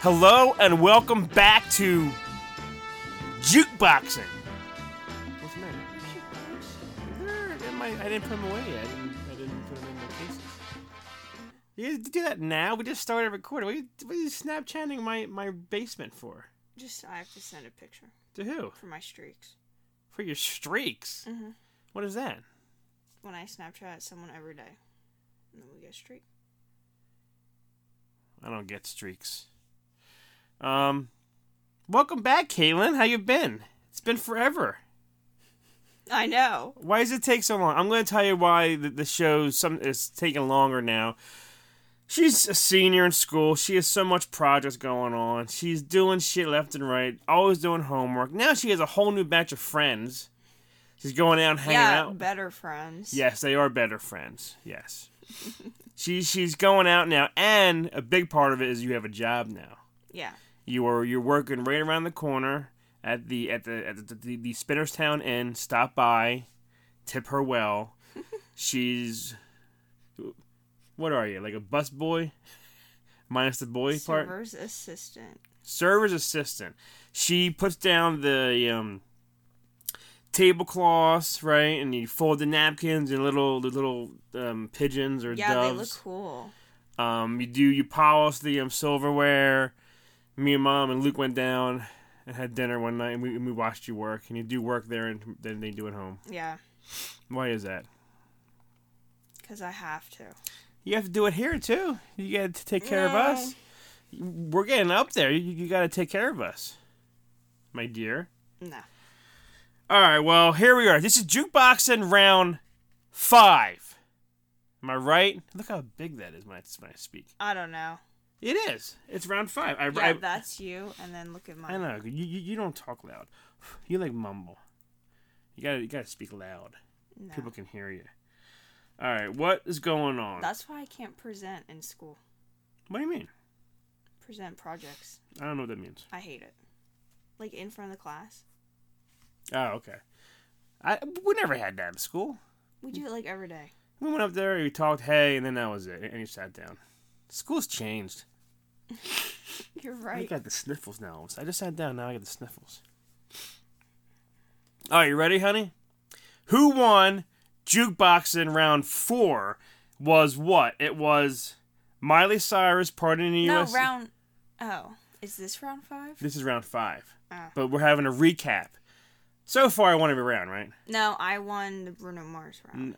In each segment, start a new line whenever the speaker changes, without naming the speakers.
Hello and welcome back to jukeboxing. What's the matter? They're in my- I didn't put them away yet. I didn't, I didn't put them in my cases. You guys do that now? We just started recording. What are you, what are you Snapchatting my, my basement for?
Just I have to send a picture
To who?
for my streaks.
For your streaks.
Mhm.
What is that?
When I Snapchat someone every day, and then we get a streak.
I don't get streaks. Um, welcome back, Caitlin. How you been? It's been forever.
I know.
Why does it take so long? I'm going to tell you why the, the show some is taking longer now. She's a senior in school. She has so much projects going on. She's doing shit left and right. Always doing homework. Now she has a whole new batch of friends. She's going out and hanging
yeah,
out.
better friends.
Yes, they are better friends. Yes. she she's going out now, and a big part of it is you have a job now.
Yeah.
You are you're working right around the corner at the at the at the, the, the Spinnerstown Inn. Stop by, tip her well. She's what are you like a bus boy, minus the boy part?
Server's assistant.
Server's assistant. She puts down the um tablecloths right, and you fold the napkins and little the little um, pigeons or
Yeah,
doves.
they look cool.
Um, you do you polish the um, silverware. Me and mom and Luke went down and had dinner one night, and we, and we watched you work. And you do work there, and then they do at home.
Yeah,
Why is that?
because I have to.
You have to do it here too. You got to take care of
No.
us. We're getting up there. You, you got to take care of us, my dear.
No.
All right. Well, here we are. This is jukeboxing round five. Am I right? Look how big that is when I, when I speak.
I don't know.
It is. It's round five. I,
Yeah,
I,
that's you. And then look at
I
mine.
know you, you. You don't talk loud. You like mumble. You gotta you gotta speak loud.
No.
People can hear you. All right, what is going on?
That's why I can't present in school.
what do you mean?
Present projects.
I don't know what that means.
I hate it. Like in front of the class.
Oh, okay. I we never had that in school.
We do it like every day.
We went up there, we talked, hey, and then that was it. And you sat down. School's changed.
You're
I
right.
got the sniffles now. I just sat down. Now I got the sniffles. All right, you ready, honey? Who won jukeboxing round four? Was what? It was Miley Cyrus partying in the
No,
U.S.
round. Oh, is this round five?
This is round five,
Ah.
but we're having a recap. So far, I won every round, right?
No, I won the Bruno Mars
Mm.
round.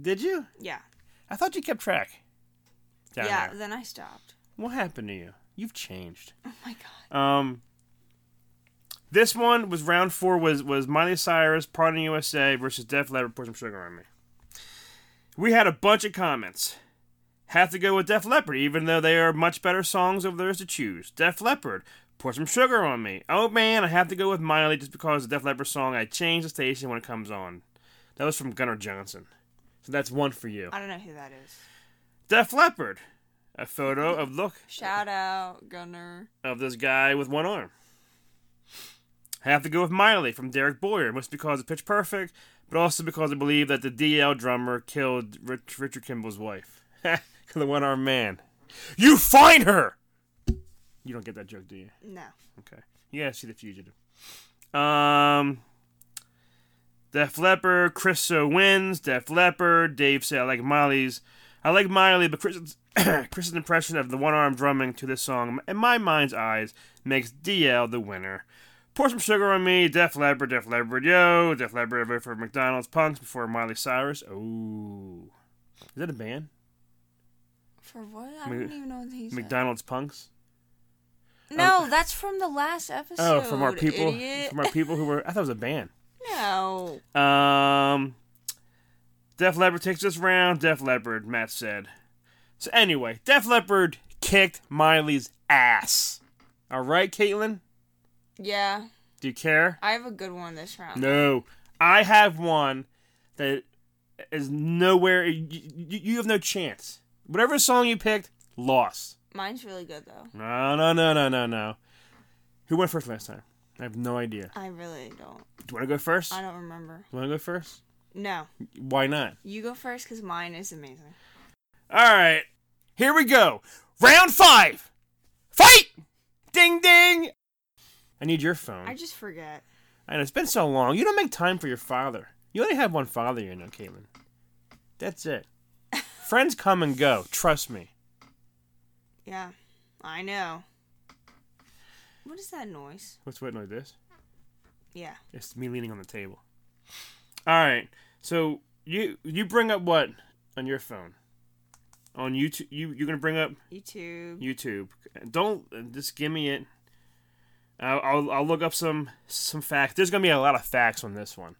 Did you?
Yeah.
I thought you kept track. Down
yeah,
there.
then I stopped.
What happened to you? You've changed.
Oh my god.
Um, this one was round four. Was was Miley Cyrus, Pardon USA versus Def Leppard, Put Some Sugar on Me. We had a bunch of comments. Have to go with Def Leppard, even though they are much better songs of theirs to choose. Def Leppard, Pour Some Sugar on Me. Oh man, I have to go with Miley just because the Def Leppard song. I change the station when it comes on. That was from Gunnar Johnson. So that's one for you.
I don't know who that is.
Def Leppard, a photo of look
Shout out, Gunner.
of this guy with one arm. I have to go with Miley from Derek Boyer, mostly because of Pitch Perfect, but also because I believe that the DL drummer killed Rich, Richard Kimball's wife. the one armed man. You find her! You don't get that joke, do you?
No.
Okay. You gotta see The Fugitive. Um. Def Leppard, Chris So wins. Def Leppard, Dave said, I like Miley's. I like Miley, but Chris's, Chris's impression of the one arm drumming to this song, in my mind's eyes, makes DL the winner. Pour some sugar on me, Def Leppard, Def Leppard, yo, Def Leppard over for McDonald's Punks before Miley Cyrus. Oh, is that a band?
For what? I
Mc-
don't even know what he's.
McDonald's Punks.
No, that's from the last episode.
Oh, from our people,
Idiot.
from our people who were. I thought it was a band.
no.
Um, Def Leppard takes this round. Def Leppard, Matt said. So anyway, Def Leppard kicked Miley's ass. All right, Caitlin,
Yeah,
do you care?
I have a good one this round.
No, I have one that is nowhere. You, you, you have no chance. Whatever song you picked, lost.
Mine's really good though.
No, no, no, no, no, no. Who went first last time? I have no idea.
I really don't.
Do you want to go first?
I don't remember.
Want to go first?
No,
Why not?
you go first because mine is amazing.
All right, here we go. Round five. Fight! Ding ding. I need your phone.
I just forget.
I know it's been so long. You don't make time for your father. You only have one father, you know, Caitlin. That's it. Friends come and go. Trust me.
Yeah, I know. What is that noise?
What's what noise? This?
Yeah.
It's me leaning on the table. All right. So you you bring up what on your phone? On YouTube, you you're gonna bring up
YouTube.
YouTube. Don't just give me it. I'll, I'll, I'll look up some some facts. There's gonna be a lot of facts on this one,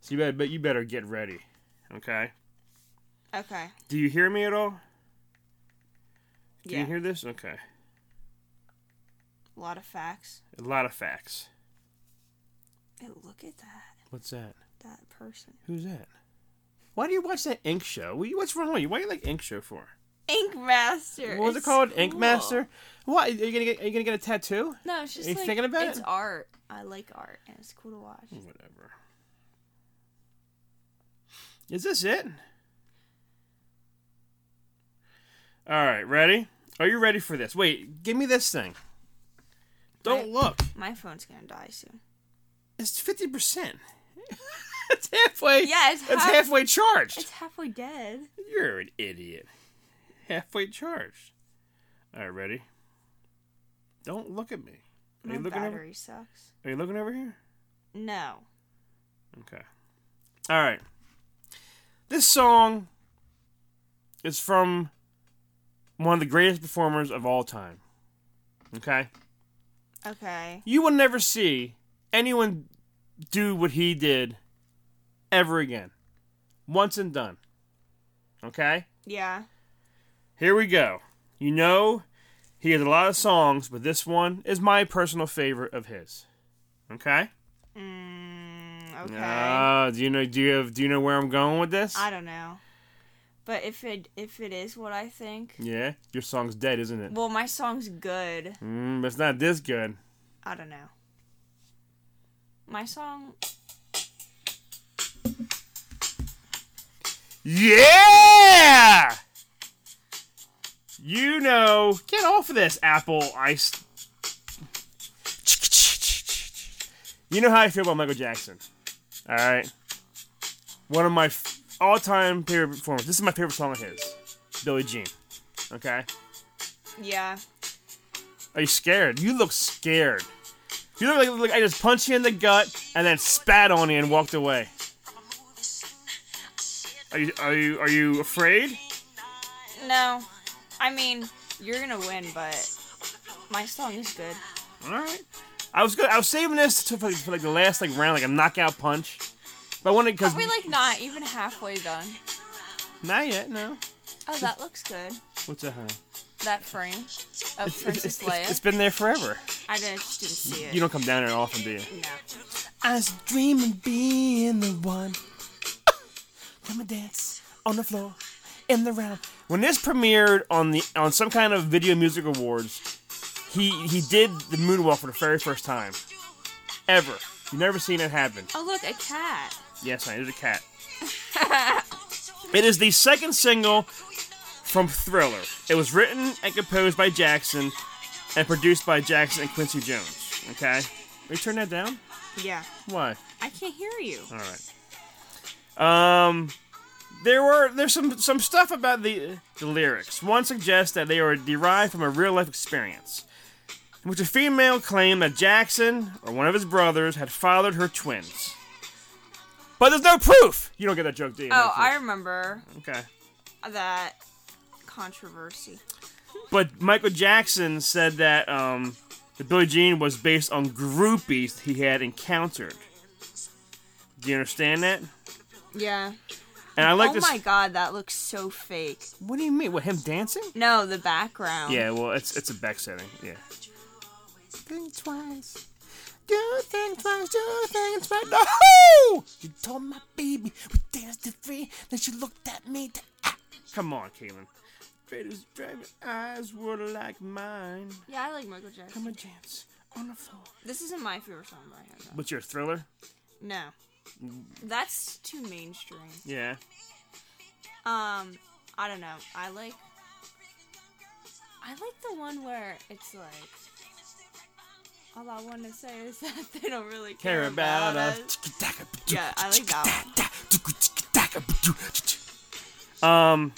so you better but you better get ready. Okay.
Okay.
Do you hear me at all? Do
Yeah.
you hear this? Okay.
A lot of facts.
A lot of facts.
Hey, look at that.
What's that?
That person.
Who's that? Why do you watch that Ink Show? What- What's wrong with you? Why do you like Ink Show for?
Ink Master.
What was it
It's
called? Ink
cool.
Master. What are you gonna get? Are you gonna get a tattoo?
No, it's just
Are you
like
thinking about
it's
it? Hmm.
art. I like art, and it's cool to watch.
Whatever. Is this it? All right, ready? Are you ready for this? Wait, give me this thing. Don't
Wait.
look.
My phone's gonna die soon.
It's fifty percent. it's halfway.
Yeah, it's half-
halfway charged.
It's halfway dead.
You're an idiot. Halfway charged. All right, ready? Don't look at me. Are
My
you looking over?
battery sucks.
Are you looking over here?
No.
Okay. All right. This song is from one of the greatest performers of all time. Okay?
Okay.
You will never see anyone do what he did ever again. Once and done. Okay?
Yeah.
Here we go. You know, he has a lot of songs, but this one is my personal favorite of his. Okay?
Mm, okay.
Ah, do you know do you have do you know where I'm going with this?
I don't know. But if it if it is what I think,
Yeah, your song's dead, isn't it?
well, my song's good.
Mm, but it's not this good.
I don't know. My song.
Yeah! You know, get off of this Apple Ice. You know how I feel about Michael Jackson. All right, one of my f- all-time favorite performers. This is my favorite song of his, Billie Jean. Okay,
Yeah.
are you scared? You look scared. You look like, look like I just punched you in the gut and then spat on you and walked away. Are you are you are you afraid?
No. I mean, you're gonna win, but my song is good.
All right. I was good. I was saving this to, for, for like the last like round, like a knockout punch. But I wanted because
Are we like not even halfway done?
not yet. No.
Oh, that looks good.
What's that? Honey?
That frame of Princess Leia.
it's been there forever.
I didn't, just didn't see it.
You don't come down there often, do you?
No.
I was dreaming being the one. Come and dance on the floor in the round. When this premiered on the on some kind of video music awards, he he did the moonwalk for the very first time ever. You've never seen it happen.
Oh, look, a cat.
Yes, I did a cat. it is the second single from Thriller. It was written and composed by Jackson and produced by Jackson and Quincy Jones. Okay? Will you turn that down?
Yeah.
Why?
I can't hear you.
All right. Um, there were there's some some stuff about the the lyrics. One suggests that they are derived from a real life experience, in which a female claimed that Jackson or one of his brothers had fathered her twins. But there's no proof. You don't get that joke, do you? No
Oh, I
proof.
remember
okay.
that controversy.
But Michael Jackson said that um, the Billie Jean was based on groupies he had encountered. Do you understand that?
Yeah.
And I like
oh
this.
my god, that looks so fake.
What do you mean? What him dancing?
No, the background.
Yeah, well, it's it's a back setting. Yeah. Think twice. Do think twice. Do think twice. No! You told my baby we danced to free. Then she looked at me. To, Come on, Kaylin. Raiders driving eyes were like mine.
Yeah, I like Michael Jackson.
Come a dance on the floor.
This isn't my favorite song by him.
What's your thriller?
though. No. That's too mainstream.
Yeah.
Um, I don't know. I like. I like the one where it's like. All I want to say is that they don't really care,
Care about us.
Yeah, I like that one.
Um,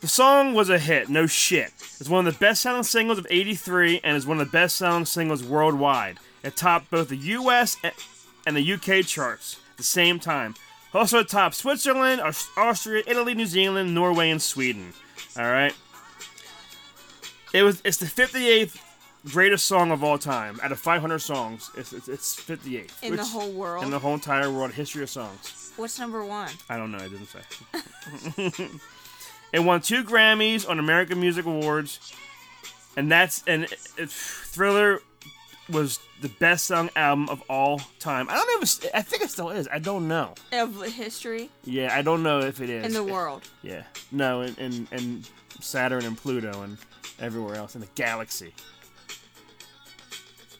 the song was a hit, no shit. It's one of the best selling singles of 83 and is one of the best selling singles worldwide. It topped both the US a- and the UK charts at the same time. Also, it topped Switzerland, Aus- Austria, Italy, New Zealand, Norway, and Sweden. Alright? It was. It's the 58th greatest song of all time. Out of 500 songs, it's, it's, it's 58th.
In the whole world?
In the whole entire world, history of songs.
What's number one?
I don't know. It doesn't say. it won two Grammys on American Music Awards, and that's and it, it- Thriller was the best song album of all time. I don't know if it's, I think it still is. I don't know.
Of history
Yeah, I don't know if it is
in the world.
Yeah, no, and and, and Saturn and Pluto and everywhere else in the galaxy.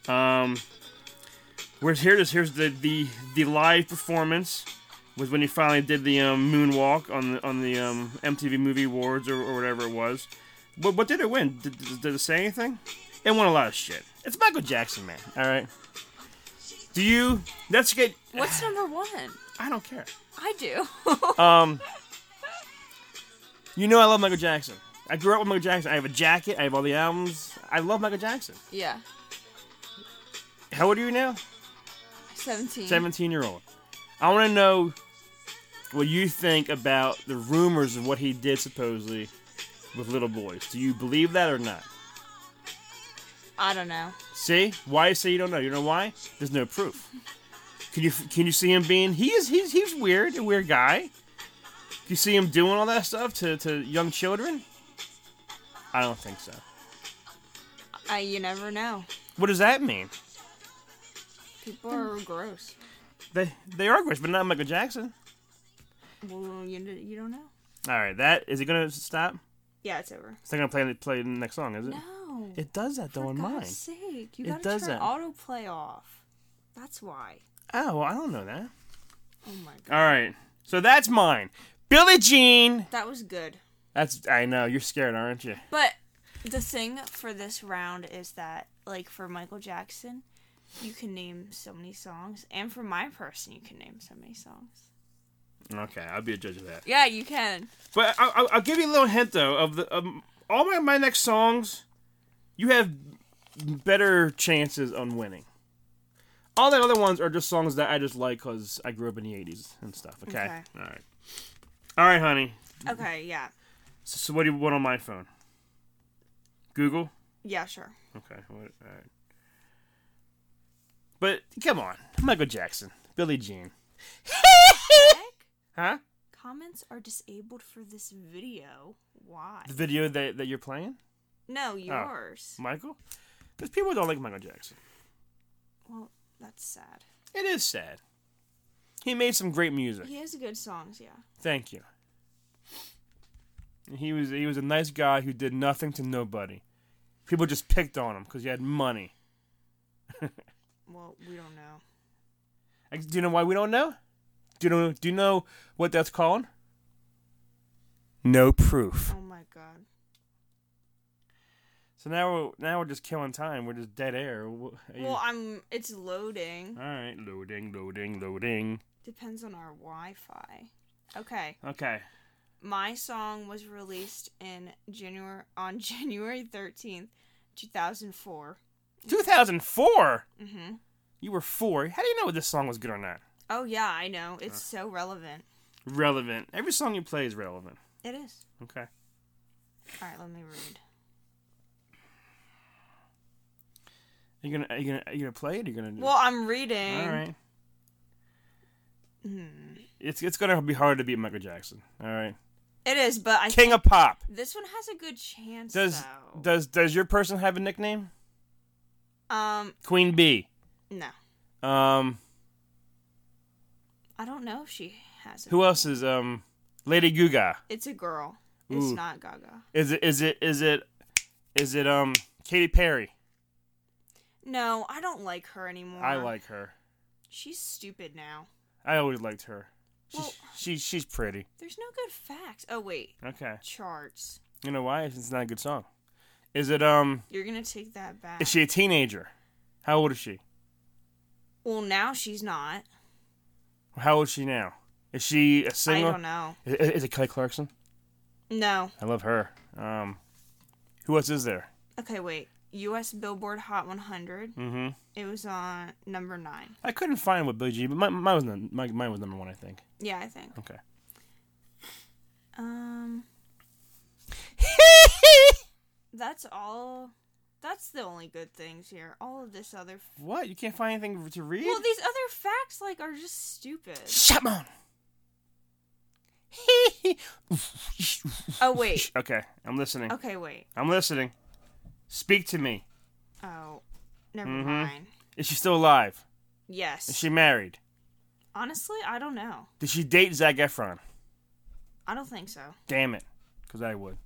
Um, where's here? This here's the the the live performance was when he finally did the um, moonwalk on the on the um, MTV Movie Awards or, or whatever it was. But what did it win? Did, did, did it say anything? It won a lot of shit. It's Michael Jackson, man. All right. Do you? Let's get.
What's number one?
I don't care.
I do.
Um, you know I love Michael Jackson. I grew up with Michael Jackson. I have a jacket. I have all the albums. I love Michael Jackson.
yeah.
How old are you now?
17.
Seventeen year old. I want to know what you think about the rumors of what he did supposedly with little boys. Do you believe that or not?
I don't know.
See why you say you don't know? You know why? There's no proof. Can you can you see him being? He is he's he's weird, a weird guy. You see him doing all that stuff to to young children. I don't think so.
I, you never know.
What does that mean?
People are gross.
They they are gross, but not Michael Jackson.
Well, you, you don't know.
All right, that is it. Gonna stop?
Yeah, it's over.
It's not gonna play play the next song, is it?
No.
It does that though
For
on
God's
mine.
sake, you
Oh It
gotta
does
turn
that.
autoplay off. That's why.
Oh, well, I don't know that.
Oh my god.
All right, so that's mine. Billie Jean.
That was good.
That's I know you're scared, aren't you?
But the thing for this round is that, like, for Michael Jackson, you can name so many songs, and for my person, you can name so many songs.
Okay, I'll be a judge of that.
Yeah, you can.
But I, I, I'll give you a little hint though of the um, all my, my next songs. You have better chances on winning. All the other ones are just songs that I just like because I grew up in the '80s and stuff. Okay,
Okay.
all right, all right, honey.
Okay, yeah,
So, so what do you want on my phone? Google.
yeah, sure.
Okay. What, all right. But come on, Michael Jackson, Billie Jean,
Heck,
huh?
Comments are disabled for this video. Why?
The Oh. video that that you're playing,
No, yours.
Michael, because people don't like Michael Jackson.
Well, that's sad.
It is sad. He made some great music.
He has good songs, yeah.
Thank you. He was he was a nice guy who did nothing to nobody. People just picked on him because he had money.
Well, we don't know.
Like, Do you know why we don't know? Do you know Do you know what that's called? No proof.
Oh my god.
So now we're now we're just killing time. We're just dead air. Well,
Well, I'm. It's loading.
all right, loading, loading, loading.
Depends on our Wi-Fi. Okay.
Okay.
My song was released in January on January 13th, 2004.
2004.
Mhm.
You were four. How do you know if this song was good or not?
Oh yeah, I know. It's
Uh.
so relevant.
Relevant. Every song you play is relevant.
It is.
Okay.
All right, let me read.
Are you gonna are you gonna are you gonna play it? Or are you gonna
Well, I'm reading.
all right.
Hmm.
It's it's gonna be hard to beat Michael Jackson. All right,
It is, but I
King of Pop.
this one has a good chance
Does
though.
does does your person have a nickname?
um
Queen Bee.
no.
Um,
I don't know if she has it.
who else is um Lady Gaga?
It's a girl. It's
Ooh.
not Gaga.
Is it is it is it is it um Katy Perry?
No, I don't like her anymore.
I like her.
She's stupid now.
I always liked her. She's
Well-
she's she's pretty.
There's no good facts. Oh wait,
Okay,
charts.
you know why? It's not a good song. Is it um?
You're gonna take that back.
Is she a teenager? How old is she?
Well, now she's not.
How old is she now? Is she a
I
singer?
don't know.
I- Is it Kelly Clarkson?
No.
I love her. Um, who else is there?
Okay, wait. U.S. Billboard Hot 100.
Mm-hmm.
It was on number nine.
I couldn't find what Billie Jean, but mine, mine was num- my, mine was number one, I think.
Yeah, I think.
Okay.
Um, that's all. That's the only good things here. All of this other. F-
What? You can't find anything to read?
well, these other facts like are just stupid.
Shaman.
Oh wait.
okay, I'm listening.
Okay, wait.
I'm listening. Speak to me.
Oh, never
Mhm.
mind.
Is she still alive? Is
Yes.
she married?
Honestly, I don't know.
Did she date Zac Efron?
I don't think so.
Damn it, because I would.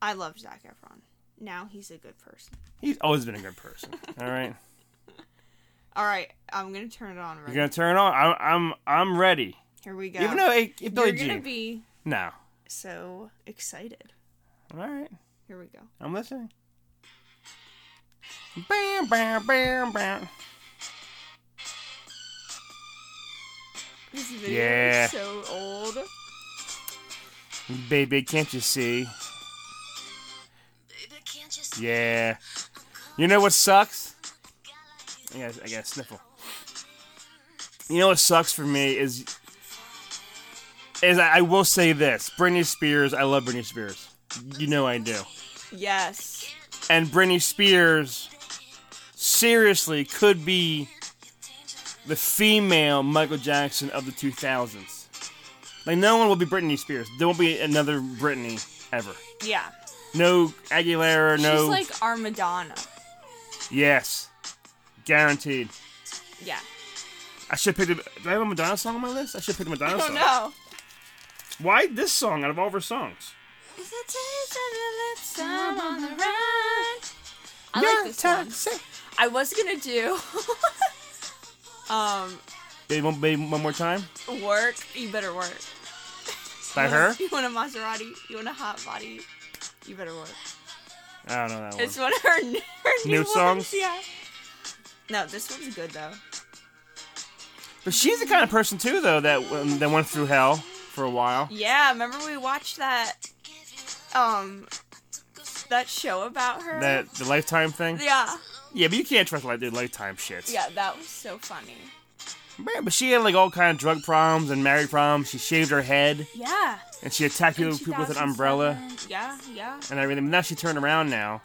I love Zac Efron. Now he's a good person.
He's always been a good person. All right,
All right, I'm gonna turn it on. Right.
you're gonna turn it on. I'm I'm I'm ready.
Here we go.
Even though it, it
You're
Billie
gonna
Jean.
be
no.
so excited.
All right,
Here we go.
I'm listening. Bam, bam, bam, bam.
This video
Yeah.
is so old.
Baby, can't you see?
Baby, can't you see
Yeah. You know what sucks? I got, I got a sniffle. You know what sucks for me is is I, I will say this: Britney Spears. I love Britney Spears. You know I do.
Yes.
And Britney Spears seriously could be the female Michael Jackson of the 2000s. Like no one will be Britney Spears. There won't be another Britney ever.
Yeah.
No Aguilera. No.
She's like our Madonna.
Yes. Guaranteed.
Yeah.
I should pick. A, do I have a Madonna song on my list? I should pick a Madonna
Oh
song.
no.
Why this song out of all of her songs?
I like this one. I was gonna do um
Baby, one, baby, one more time.
work. You better work.
By her?
You want a Maserati? You want a hot body? You better work.
I don't know that one.
It's one of her, n- her
New
new, ones,
songs?
Yeah. No, this one's good though.
But she's the kind of person too, though, that um, that went through hell for a while.
Yeah, remember we watched that um that show about her?
That the lifetime thing.
yeah.
Yeah, but you can't trust like the lifetime shits.
Yeah, that was so funny.
Man, but she had like all kind of drug problems and married problems. She shaved her head
Yeah.
and she attacked people people with an umbrella
2007. Yeah, yeah.
and everything. But now she turned around now,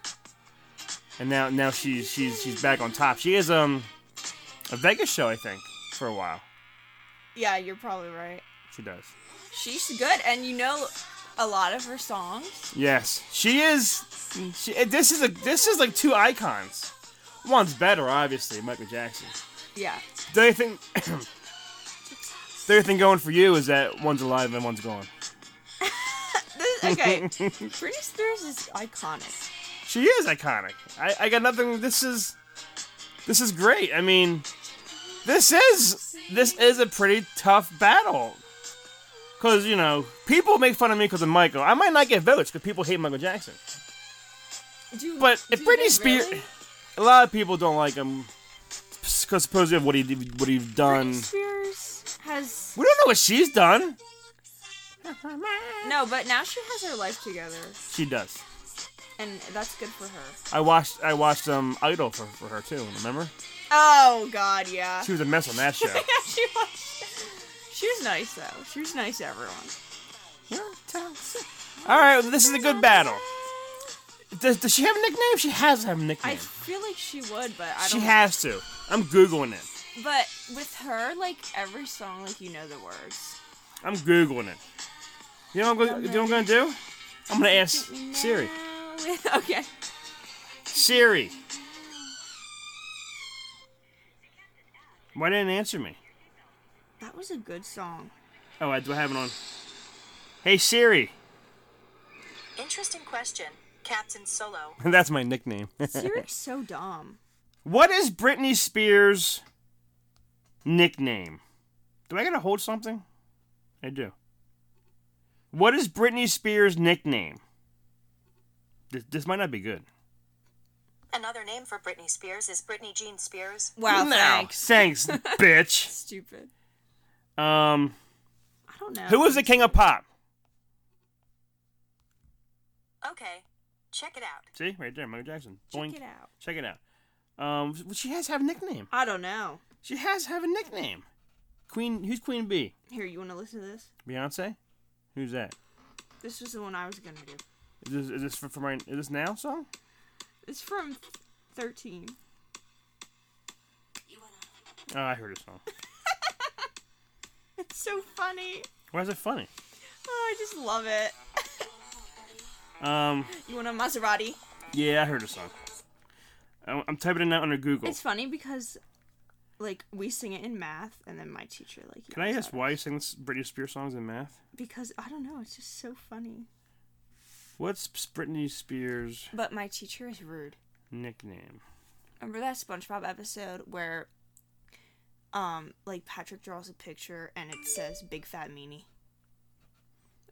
and now now she's she's she's back on top. She is um a Vegas show, I think, for a while.
Yeah, you're probably right.
She does.
She's good and you know a lot of her songs.
Yes, she is. She, this is a this is like two icons. One's better, obviously, Michael Jackson.
Yeah.
The only thing, the only thing going for you is that one's alive and one's gone.
This, okay. Britney Spears is iconic.
She is iconic. I, I got nothing. This is this is great. I mean, this is this is a pretty tough battle. Cause you know people make fun of me because of Michael. I might not get votes because people hate Michael Jackson.
Do,
But if
do they
Britney Spears,
really?
a lot of people don't like him because supposedly of what he did- what he's done.
Britney Spears has
We don't know what she's done.
No, but now she has her life together
She does.
and that's good for her.
I watched I watched um Idol for, for her too. Remember?
Oh god, yeah.
She was a mess on that show.
yeah, she was. She was nice though. She was nice to everyone.
All right, well, this is a good battle. Does, does she have a nickname? She has to have a
I
nickname.
feel like she would, but I
She
don't.
has to. I'm googling it.
but with her, like every song, like you know the words.
I'm googling it. You know what I'm, go- you know what I'm gonna do? I'm gonna ask Siri.
okay.
Siri. Why didn't it answer me?
That was a good song.
Oh, I do have it on. Hey Siri.
Interesting question, Captain Solo.
That's my nickname.
Siri's so dumb.
What is Britney Spears' nickname? Do I gotta hold something? I do. What is Britney Spears' nickname? This, this might not be good.
Another name for Britney Spears is Britney Jean Spears.
Wow,
No.
thanks.
Thanks, bitch.
Stupid.
Um,
I don't know.
who was the king of pop?
Okay. Check it out.
See, right there, Michael Jackson.
Check
Boink.
it out.
Check it out. Um, well, she has to have a nickname.
I don't know.
She has to have a nickname. Queen, who's Queen B?
Here, you want to listen to this?
Beyonce. Who's that?
This was the one I was gonna do.
Is this, is this from, from right? Is this now song?
It's from 13.
Oh, I heard this song.
It's so funny.
Why is it funny?
Oh, I just love it.
Um,
You want a Maserati?
yeah, I heard this song. I- I'm typing it now under Google.
It's funny because, like, we sing it in math, and then my teacher like.
Can I
yells
ask
at us.
why you sing this Britney Spears songs in math?
Because I don't know. It's just so funny.
What's Britney Spears'
But my teacher is rude.
nickname?
Remember that SpongeBob episode where, um, like Patrick draws a picture and it says "Big Fat Meanie"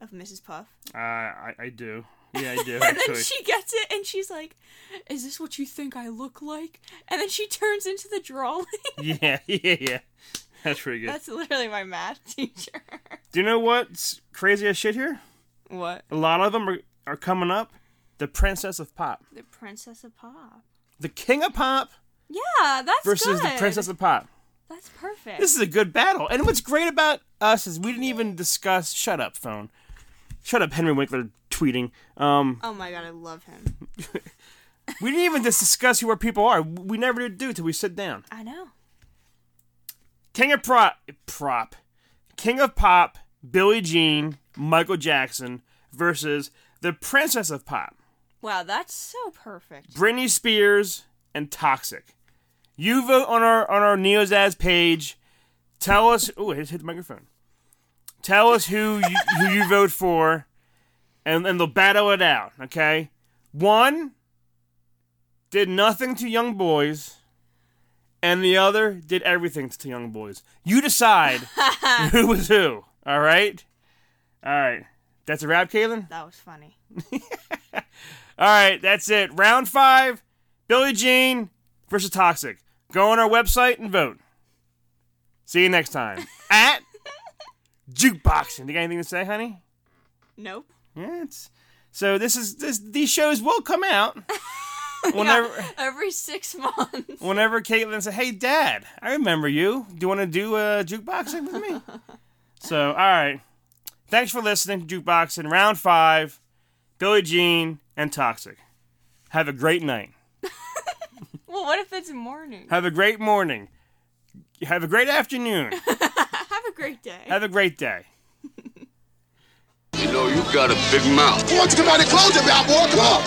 of Mrs. Puff,
Uh, I I do. Yeah, I do.
and then
actually.
she gets it and she's like, "Is this what you think I look like?" And then she turns into the drawing.
Yeah, yeah, yeah. That's pretty good.
That's literally my math teacher.
Do you know what's crazy as shit here?
what?
A lot of them are, are coming up. The Princess of Pop,
The Princess of Pop.
the King of Pop
Yeah, that's
versus the
good.
Princess of Pop.
That's perfect.
This is a good battle. And what's great about us is we didn't even discuss. Shut up, phone. Shut up, Henry Winkler tweeting. Um,
oh my god, I love him.
we didn't even just discuss who our people are. We never did do till we sit down.
I know.
King of prop, prop, King of pop, Billie Jean, Michael Jackson versus the Princess of Pop.
Wow, that's so perfect.
Britney Spears and Toxic. You vote on our on our Neozaz page. Tell us. Oh, I just hit the microphone. Tell us who you, who you vote for, and and they'll battle it out. Okay. One did nothing to young boys, and the other did everything to young boys. You decide who was who. All right. All right. That's a wrap, Kaylin.
That was funny.
All right, that's it. Round five, Billie Jean versus Toxic. Go on our website and vote. See you next time at jukeboxing. You got anything to say, honey?
Nope.
Yeah, it's so this is this these shows will come out whenever
Every six months.
whenever Caitlin said, "Hey, Dad, I remember you. Do you want to do uh, jukeboxing with me?" so, all right. Thanks for listening to Jukeboxing Round Five, Billie Jean and Toxic. Have a great night.
Well, what if it's morning?
Have a great morning. Have a great afternoon.
Have a great day.
Have a great day.
You know, you got a big mouth.
Boy, come out and close it, boy. Come on.